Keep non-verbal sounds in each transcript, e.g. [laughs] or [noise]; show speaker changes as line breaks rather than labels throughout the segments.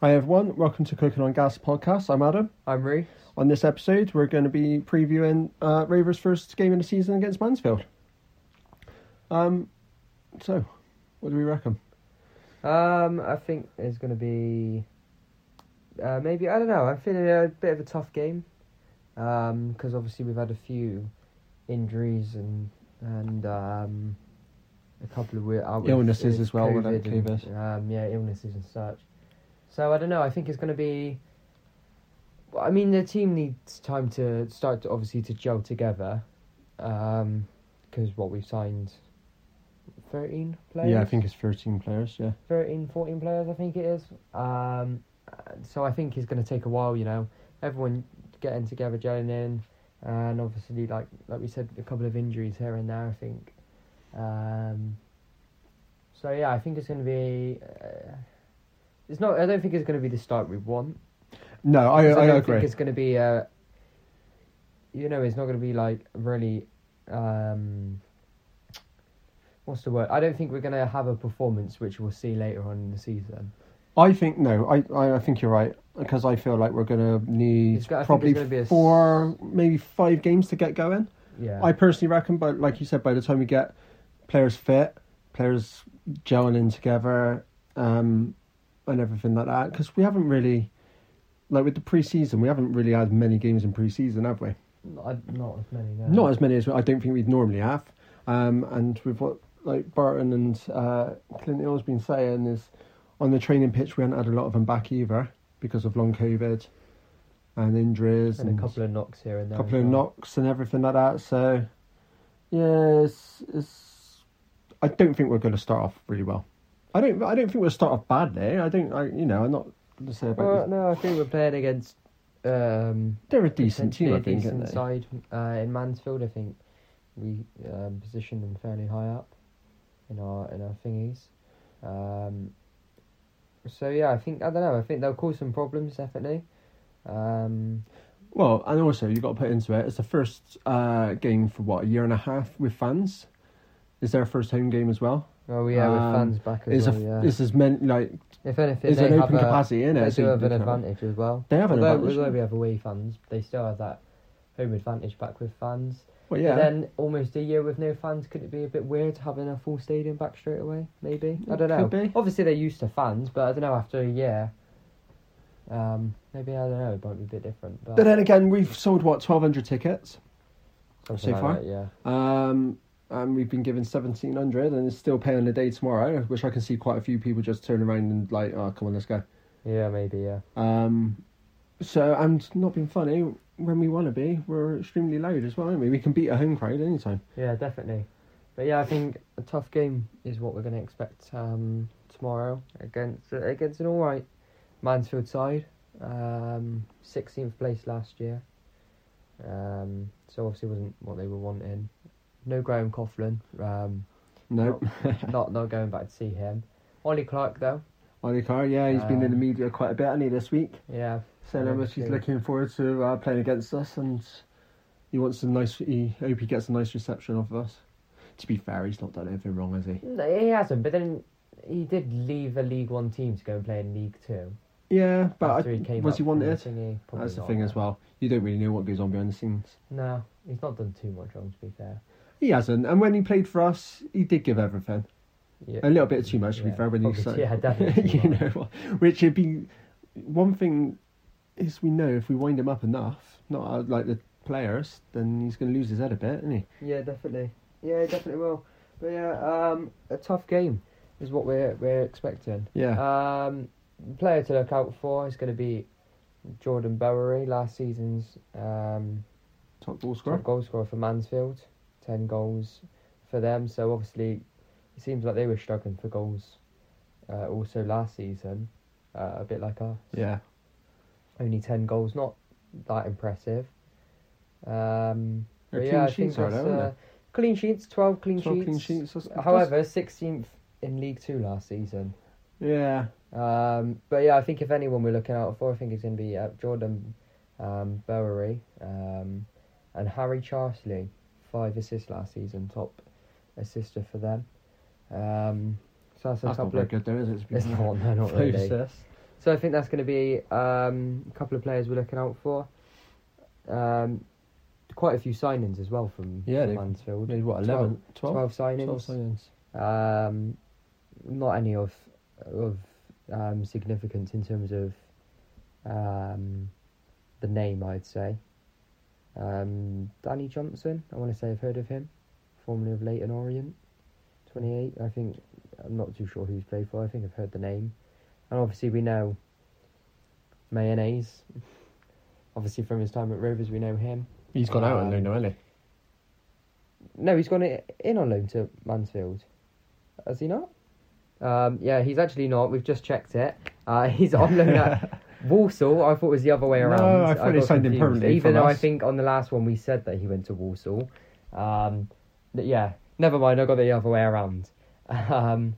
Hi everyone, welcome to Cooking on Gas podcast. I'm Adam.
I'm Ree.
On this episode, we're going to be previewing uh, Ravers' first game in the season against Mansfield. Um, so what do we reckon?
Um, I think it's going to be uh, maybe I don't know. I'm feeling a bit of a tough game because obviously we've had a few injuries and and um, a couple of weird out with-
Illnesses
with
as well, with
COVID and,
Covid.
um, yeah, illnesses and such. So I don't know. I think it's going to be. well, I mean, the team needs time to start to obviously to gel together, because what we've signed, thirteen players.
Yeah, I think it's 13 players. Yeah,
13, 14 players, I think it is. Um, uh, so I think it's going to take a while, you know. Everyone getting together, gelling in, and obviously, like like we said, a couple of injuries here and there, I think. Um, so yeah, I think it's going to be. Uh, it's not. I don't think it's going to be the start we want.
no, I,
'Cause
I,
don't
agree.
think it's going to be uh You know, it's not going to be like really. Um, what's the word? I don't think we're going to have a performance which we'll see later on in the season.
I think no, I, I, I think you're right because I feel like we're going to need
It's got- I think
probably
it's gonna be a s-
four, maybe five games to get going.
Yeah.
I personally reckon, but like you said, by the time we get players fit, players gelling in together, um, and everything like that, because we haven't really, like with the pre-season, we haven't really had many games in pre-season, have we?
not, not as many. No.
Not as many as I don't think we'd normally have. Um, and with what like Barton and uh, Clint Hill's been saying is, on the training pitch we haven't had a lot of them back either because of long COVID and injuries
and a couple of knocks here and there.
couple
as
of
well.
knocks and everything like that. So, yeah, it's, it's, I don't think we're going to start off really well. I don't. I don't think we'll start off badly. I don't. I, you know, I'm not going to say about.
Well, no, I think we're playing against. Um,
They're a decent
potentially
team,
a
I think.
decent
aren't they?
side uh, in Mansfield. I think we um, positioned them fairly high up in our in our thingies. Um, so yeah, I think I don't know. I think they'll cause some problems definitely. Um,
Well, and also you have got to put into it. It's the first uh, game for what a year and a half with fans. Is their first home game as well?
well, yeah,
Um,
with fans back as
It's a.
well. yeah.
It's as many like.
if anything,
It's
they
an
have
open
a,
capacity in it.
They
so
do
you
have an
can-
advantage as well.
They have an
although,
advantage,
although
yeah.
we have away fans, they still have that home advantage back with fans.
Well,
But
yeah.
then almost a year with no fans, could it be a bit weird having a full stadium back straight away? Maybe I
It
don't know.
Mm, could be.
Obviously they're used to fans, but I don't know after a year. Um, maybe I don't know. It might be a bit different. But,
but then again, we've sold what twelve hundred tickets.
something
so
like
far?
that, yeah.
Um, and we've been given seventeen hundred, and it's still paying a day tomorrow, which I can see quite a few people just turn around and like, oh, come on, let's go.
Yeah, maybe. Yeah.
Um, so and not being funny when we want to be, we're extremely loud as well, aren't we? We can beat a home crowd anytime.
Yeah, definitely. But yeah, I think a tough game is what we're going to expect um, tomorrow against against an all right Mansfield side, um, 16th place last year. Um, so obviously wasn't what they were wanting. No Graham Coughlin.
[laughs]
Um,
No,
not not going back to see him. Ollie Clark though.
Ollie Carr, yeah, he's been in the
Um,
media quite a bit, hasn't he, this week,
Yeah.
saying how much he's
Obviously.
looking forward to uh, playing against us, and he wants a nice. He hope he gets a nice reception off us. To be fair, he's not done anything wrong, has he?
No, He hasn't, but then he did leave a League One team to go and play in League Two.
Yeah, but
after
I,
he came
was
up
he
from the
wanted?
thingy. Probably
That's the
not,
thing
no.
as well. You don't really know what goes on behind the scenes.
No, he's not done too much wrong to be fair.
He hasn't, and when he played for us, he did give everything.
Yeah.
A little bit too much, to be
Yeah,
fair, when he
probably-
signed. [laughs]
Yeah, definitely.
you know, which would be one thing is we know if we wind him up enough, not uh, like the players, then he's going to lose his head a bit, isn't he?
Yeah, definitely. Yeah, definitely will. But yeah, um, a tough game is what we're we're expecting.
Yeah,
Um, player to look out for is going to be Jordan Bowery, last season's um,
top ball scorer.
top goal scorer for Mansfield. Ten goals for them. So obviously, it seems like they were struggling for goals uh, also last season, uh, a bit like us.
Yeah,
Only ten goals, not that impressive. Um,
They're
but
clean
yeah, I think
sheets are
that's,
there,
uh,
aren't
clean sheets, twelve clean
they? 12
sheets. Uh,
clean sheets. that's- that's-
However, sixteenth in League Two last season.
yeah,
Um, but yeah, I think if anyone we're looking out for, I think it's going to be uh, Jordan um, Bowery um, and Harry Charsley. Five assists last season, top assister for them. Um, so that's a
that's not
couple
very
of.
good, though, is it? to be
[laughs] It's
fair? [laughs]
not, no, not
Five
really.
assists.
So I think that's going to be um, a couple of players we're looking out for. Um, quite a few signings as well from,
Yeah,
from
they-
Mansfield.
Made what 11,
11,
12,
12 signings.
12 signings.
Um, not any of of um, significance in terms of um, the name, I'd say. Um, Danny Johnson, I want to say I've heard of him, formerly of Leighton Orient, 28. I think, I'm not too sure who he's played for, I think I've heard the name. And obviously, we know Mayonnaise. [laughs] obviously, from his time at Rovers, we know him.
He's gone out on loan, now, hasn't he?
No, he's gone i- in on loan to Mansfield. Has he not? Um, yeah, he's actually not. We've just checked it. Uh, [laughs] he's on
[laughs]
loan at Walsall. I thought it was the other way
No,
around.
I thought he
got
signed him
confused.
permanently
Even
from
though I
us.
think on the last one we said that he went to Walsall. Um, but yeah, never mind. I got the other way around. [laughs] Um,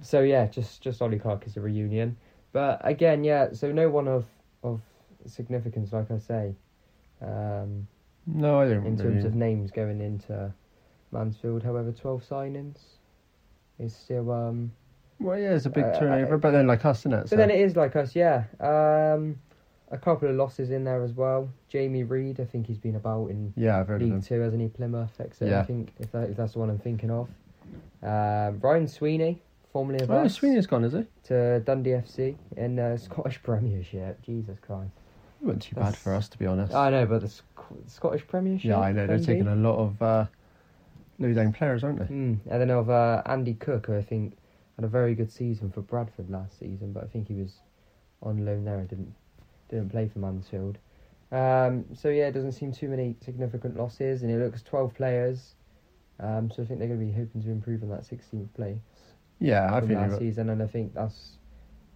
so yeah, just just Ollie Clark is a reunion. But again, yeah. So no one of of significance, like I say. Um,
No, I don't really.
in terms of names going into Mansfield. However, twelve signings is still. Um,
Well, yeah, it's a big
Uh,
turnover,
I-
but then like us, isn't it?
but then it is like us, yeah. Um, a couple of losses in there as well. Jamie Reed, I think he's been about in
yeah, I've heard of
League
them.
Two, hasn't he? Plymouth, Exeter,
Yeah.
I think if, that, if that's the one I'm thinking of. Um, Ryan Sweeney, formerly of
Oh,
us,
Sweeney's gone, is he?
to Dundee FC in uh, Scottish [laughs] Premiership. Jesus Christ!
It wasn't too bad
That's-
for us, to be honest.
I know, but the Sc- Scottish Premiership.
yeah, I know. They're
Dundee?
taking a lot of uh, low down players, aren't they?
Mm, and then of uh, Andy Cook, who I think had a very good season for Bradford last season, but I think he was on loan there and didn't didn't play for Mansfield. Um, so yeah, it doesn't seem too many significant losses, and it looks twelve players. Um, so I think they're going to be hoping to improve on that 16th place
Yeah, I
from
think.
last
they've got-
season, and I think that's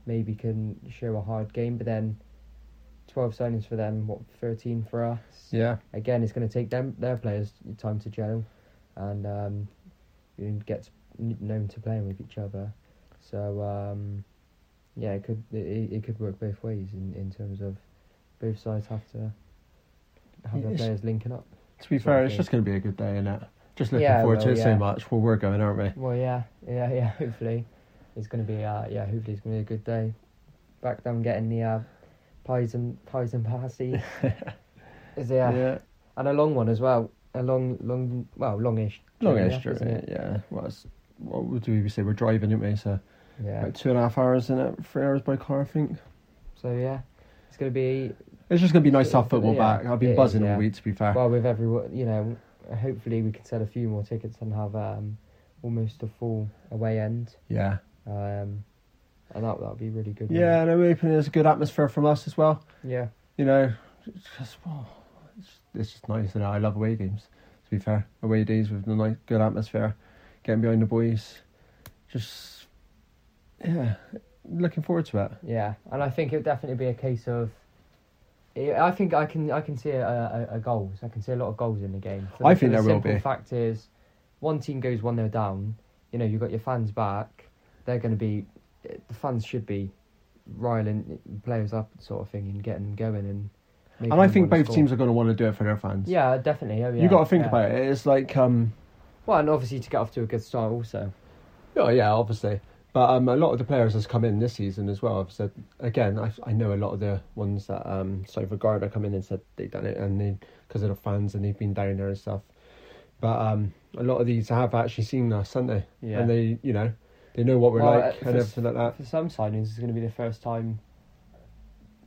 maybe can show a hard game. But then twelve signings for them, what thirteen for us?
Yeah,
again, it's going to take them their players time to gel, and um, and get to- n- known to playing with each other. So um, yeah, it could it- it, it could work both ways in, in terms of both sides have to have their
Yes.
players linking up.
to be
Sort of
fair, it's
thing.
just going to be a good day, isn't it? Just looking
Yeah,
forward to
well,
it so
yeah.
much. Well, we're going, aren't we?
Well, yeah, yeah, yeah. [laughs] Hopefully, it's going to be uh, yeah. Hopefully, it's going to be a good day. Back down getting the uh, pies and pies and [laughs] party. Is yeah. and a long one as well. A long, long, well, longish.
Long
journey up,
extra,
isn't it?
yeah. Well, it's, what would we say? We're driving, didn't we? So
Yeah.
about two and a half hours in it, three hours by car, I think.
So yeah, it's going to be
It's just going to be nice to have
Yeah,
football back. I've
it
been
is,
buzzing
yeah.
all week, to be fair.
well with everyone. You know, hopefully we can sell a few more tickets and have um, almost a full away end.
yeah.
Um, and that that'll be really good. wouldn't
Yeah, and I'm hoping there's a good atmosphere from us as well.
it? Yeah.
You know, it's just, oh, it's, it's just nice. And I love away games, to be fair. Away days with a nice, good atmosphere, getting behind the boys. Just, yeah, looking forward to it.
Yeah, and I think it would definitely be a case of. Yeah, I think I can I can see a, a, a goals. I can see a lot of goals in the game. For
I
the-
think
for
there
the
will
simple
be.
fact is, one team goes one 0 down. You know, you've got your fans back. They're going to be. The fans should be riling players up, sort of thing, and getting them going. And making
And I
them
think
wanna
both
score.
teams are going to want to do it for their fans.
Yeah, definitely. Oh, yeah,
you got to think
yeah.
about it. It's like, um,
Well, and obviously to get off to a good start, also.
Oh yeah, obviously. But um, a lot of the players that's come in this season as well have said again. I, I know a lot of the ones that um, so Garda come in and said they done it and they because of the fans and they've been down there and stuff. But um, a lot of these have actually seen us, haven't they?
Yeah.
And they, you know, they know what we're
Well,
like
uh,
and
for-
everything like that.
For some signings, it's going to be the first time.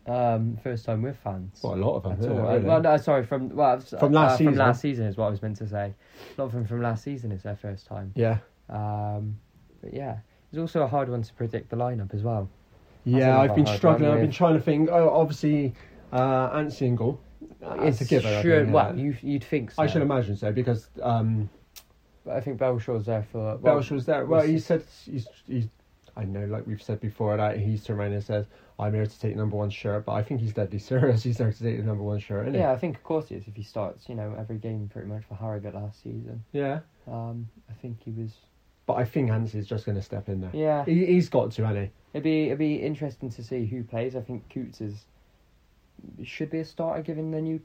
Um, first time with fans.
Well, a lot of them.
At
isn't
all.
it,
Uh,
really?
Well, no, sorry, from well, s-
From last
uh,
season.
From last season is what I was meant to say. A lot of them from last season is their first time.
Yeah.
Um, but yeah, it's also a hard one to predict the lineup as well.
Yeah, I've
about
been
that,
struggling.
haven't
I've
you?
been trying to think. Oh, obviously, uh, Ant's single. That's Ah, a given. I
sure-
think, yeah.
well, you you'd think. So.
I should imagine so because um,
But I think Belshaw's there for. Well,
Welsh was there. Well, he said he's, he's. I know, like we've said before, that he's turned around and says, "I'm here to take number one shirt," but I think he's deadly [laughs] serious. He's there to take the number one shirt, isn't
Yeah, I think of course he is. If he starts, you know, every game pretty much for Harrogate last season.
he? Yeah.
Um, I think he was.
But I think Hans is just going to step in there.
Yeah,
He, he's got to, hasn't
it'd be it'd be interesting to see who plays. I think Coots is should be a starter given the new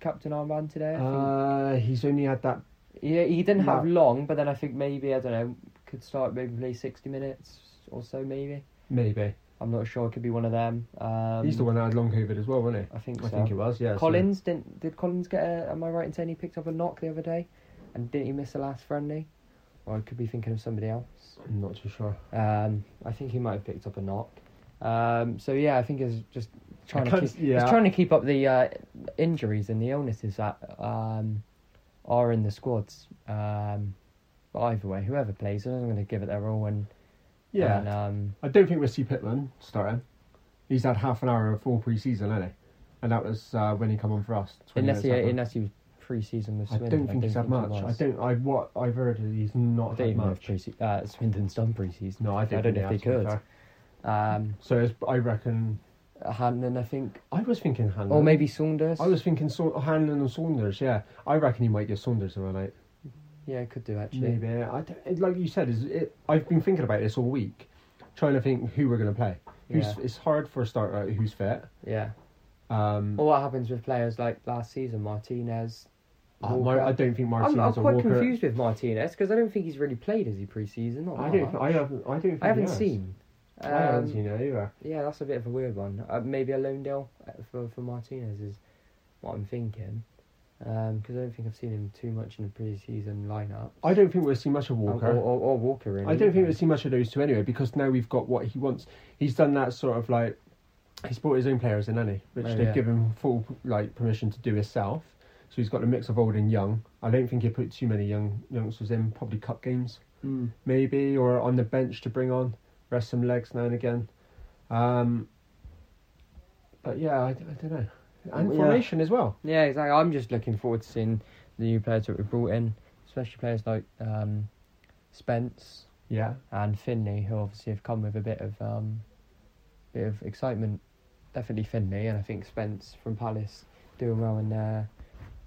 captain armband today.
he?
I think
Uh, he's only had that.
Yeah, he didn't have
No.
long, but then I think maybe I don't know could start maybe play sixty minutes or so maybe.
Maybe
I'm not sure. It could be one of them. Um,
He's the one that had long COVID as well, wasn't
I think
he?
so.
I think it was. Yeah. so-
Collins didn't. Did Collins get? A, am I right in saying he picked up a knock the other day, and didn't he miss the last friendly? Or I could be thinking of somebody else.
I'm not too sure.
Um, I think he might have picked up a knock. Um, so yeah, I think it's just trying to
can't-
keep,
yeah.
it's trying to keep up the uh, injuries and the illnesses that um, are in the squads. Um, but either way, whoever plays, I'm going to give it their all. And
Yeah.
and, um,
I don't think we'll see Pittman starting. He's had half an hour of all pre-season, hasn't he? And that was uh, when he come on for us. 20
unless he
minutes
unless he was pre-season with
after. I
Swindon,
don't think he's had much. I
was.
don't. I what I've heard is he's
I
not
don't
had
even know if
much.
pre-se- uh, Swindon's done pre-season.
No, I,
I don't
think
know
has,
if they
to be
could.
fair.
Um,
So it's, I reckon.
Hanlon, I think,
I was thinking Hanlon.
or maybe Saunders.
I was thinking Sa- Hanlon and Saunders. Yeah, I reckon he might get Saunders around eight.
Yeah, it could do actually.
Maybe I don't, it- like you said, is it, I've been thinking about this all week, trying to think who we're going to play. Who's
Yeah.
it's hard for a starter out who's fit.
Yeah.
Um,
Or what happens with players like last season, Martinez?
uh,
Walker?
Mar- I don't think
Oh, I'm,
Martinez
I'm
or
quite
Walker.
confused with Martinez because I don't think he's really played as he pre-season. Not
I
that
don't. thi-
much.
I haven't. I don't. Think
I haven't
he has.
seen.
I haven't
Um,
seen it either.
Yeah, that's a bit of a weird one. Uh, maybe a loan deal uh, for for Martinez is what I'm thinking because I don't think I've seen him too much in the pre-season lineup.
I don't think we'll see much of
Or,
Walker.
or, or, or Walker really.
I don't think we'll see much of those two anyway, because now we've got what he wants. He's done that sort of like he's brought his own players in, hasn't he? Which
Oh,
they've
yeah.
given him full like permission to do himself. So he's got a mix of old and young. I don't think he put too many young youngsters in, probably cup games
Mm.
maybe, or on the bench to bring on, rest some legs now and again. Um, but yeah, I, don't know. And
Yeah.
formation as well.
Yeah, exactly. I'm just looking forward to seeing the new players that we brought in, especially players like um, Spence
Yeah.
and Finley, who obviously have come with a bit of um, bit of excitement. Definitely Finley, and I think Spence from Palace doing well in uh,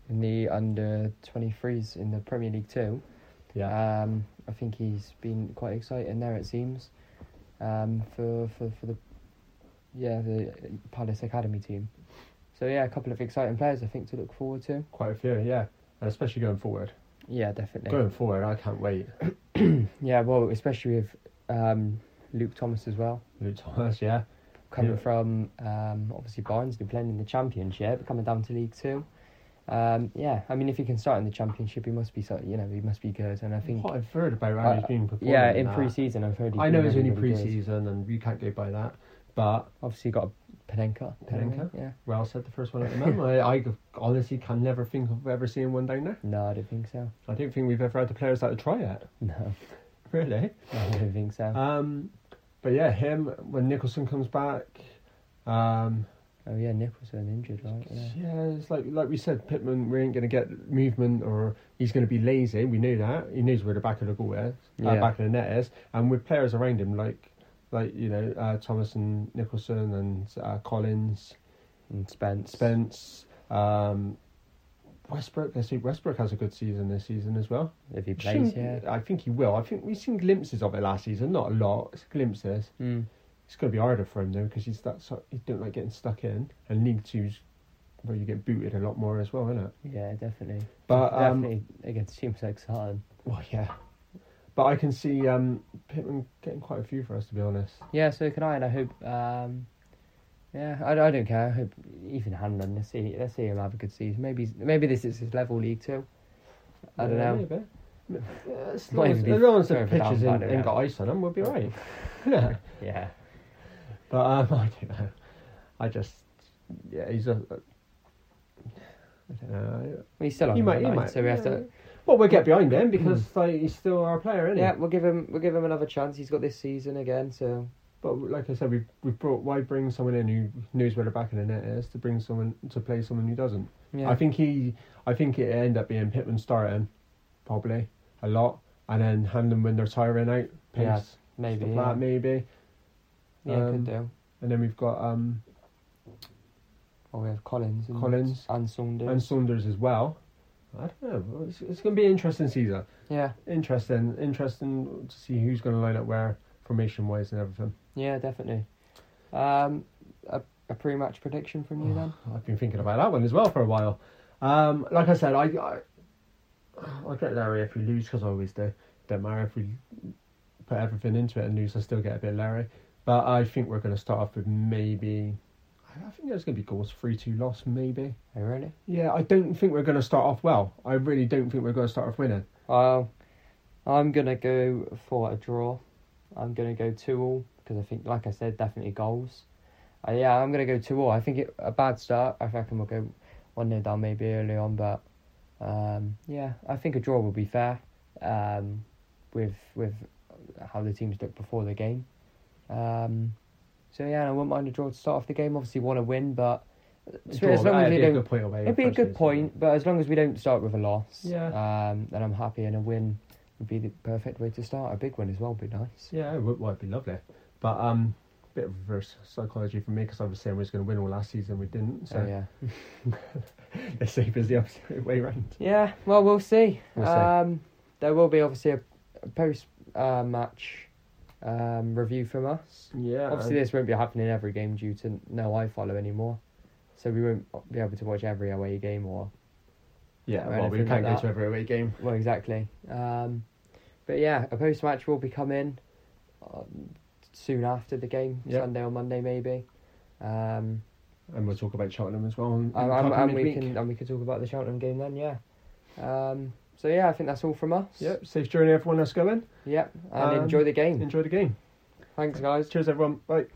in the under 23s in the Premier League too. Um, I think he's been quite exciting there. It seems um, for, for for the yeah the Palace academy team. So yeah, a couple of exciting players I think to look forward to.
Quite a few, yeah. And especially going forward.
Yeah, definitely.
Going forward, I can't wait.
Yeah, well, especially with um, Luke Thomas as well
Luke Thomas, yeah.
coming
Yeah.
from um, obviously Barnsley playing in the Championship, coming down to League Two. Um, yeah, I mean, if he can start in the Championship, he must be so you know he must be good, and I think
What I've heard about how he's
Uh,
been performing.
yeah
and
in
that.
pre-season I've heard. he's
I
been
know it's
really,
only
really good.
pre-season, and you can't go by that. But
Obviously got a Penenka.
Panenka?
Yeah.
well said, the first one at the
[laughs]
moment. I, I honestly can never think of ever seeing one down there.
No, I don't think so. [laughs]
I don't think we've ever had the players out to try it.
No, [laughs]
Really.
I don't think so.
Um, but yeah, him when Nicholson comes back. Um,
oh yeah, Nicholson injured, right? Yeah.
yeah, it's like like we said, Pittman. We ain't going to get movement, or he's going to be lazy. We know that. He knows where the back of the goal is, uh,
Yeah.
back of the net is, and with players around him like like you know uh, Thomas and Nicholson and uh, Collins,
And Spence.
Spence, um, Westbrook. I see Westbrook has a good season this season as well.
If he plays, yeah.
Shouldn't- I think he will. I think we've seen glimpses of it last season, not a lot, glimpses.
Mm.
It's going to be harder for him though because he's that so, he don't like getting stuck in and League Two's where you get booted a lot more as well, isn't it?
Yeah, definitely.
But um,
definitely against teams like Sutton.
well, yeah. But I can see um, Pittman getting quite a few for us to be honest.
Yeah, so can I, and I hope. Um, yeah, I, I don't care. I hope Ethan Hanlon. Let's see. Let's see him have a good season. Maybe maybe this is his level league too. I don't know.
Maybe. Yeah, As
Not
long
even
as,
be
as long as the
fair for
pitches
down,
in,
I don't
ain't
know.
got ice on them, we'll be alright. [laughs] Yeah.
Yeah.
but um, [laughs] I don't know. I just yeah, he's a. I don't know.
Well, he's still on.
He
the
might, he
line,
might.
So we have
yeah.
to.
Well, we'll get behind him because like, he's still our player, isn't he?
Hmm. Yeah, we'll give him. We'll give him another chance. He's got this season again. So
But like I said, we've we've brought why bring someone in who knows where the back of the net is to bring someone to play someone who doesn't.
yeah.
I think he, I think it end up being Pittman starting, probably a lot, and then Hamlin when they're tiring out, pace,
Yeah,
stuff
maybe.
like
Yeah,
that, maybe,
Yeah,
um,
could do.
and then we've got um
Or we have Collins. And,
Collins.
and Saunders.
and Saunders as well. I don't know. It's, it's going to be an interesting season.
yeah,
Interesting, interesting to see who's going to line up where formation wise and everything.
yeah, definitely. Um, a, a pre-match prediction from
Oh.
you then?
[sighs] I've been thinking about that one as well for a while. Um, like I said, I I, I get Larry if we lose because I always do. Don't matter if we put everything into it and lose, I still get a bit Larry. But I think we're going to start off with maybe. I I think there's going to be goals three two loss maybe.
Oh, really?
Yeah, I don't think we're going to start off well. I really don't think we're going to start off winning.
Well, I'm gonna go for a draw. I'm gonna go two all because I think, like I said, definitely goals. Uh, yeah, I'm gonna go two all. I think it a bad start. I reckon we'll go one 0 down maybe early on, but um, yeah, I think a draw will be fair. Um, with with how the teams looked before the game. Um, so yeah, and I wouldn't mind a draw to start off the game. Obviously, want to win, but
A
so
draw,
as long as
that'd
we
be a
don't
good point away.
It'd be a
from
good
Spurs.
point, but as long as we don't start with a loss,
Yeah.
um, then I'm happy, and a win would be the perfect way to start. A big win as well would be nice.
Yeah, it would, well, it'd be lovely. But um, bit of reverse psychology for me because I was saying we was going to win all last season, we didn't. So
So yeah,
they say it's the opposite way round.
yeah. Well, we'll see.
We'll see.
um, there will be obviously a, a post-match um, review from us.
Yeah,
Obviously, this won't be happening every game due to no I follow anymore, so we won't be able to watch every away game or
yeah.
or
Well, we
anything
can't
like
go
that.
to every away game.
Well, exactly. Um, but yeah, a post match will be coming um, soon after the game,
Yep.
Sunday or Monday maybe. Um,
And we'll talk about Cheltenham as well. on-
and,
on
and,
Tottenham
and we
midweek.
can and we can talk about the Cheltenham game then, yeah. Um, so yeah, I think that's all from us.
Yep, safe journey, everyone. Let's go in.
Yep. And
Um,
enjoy the game.
Enjoy the game.
Thanks, guys.
Cheers, everyone. Bye.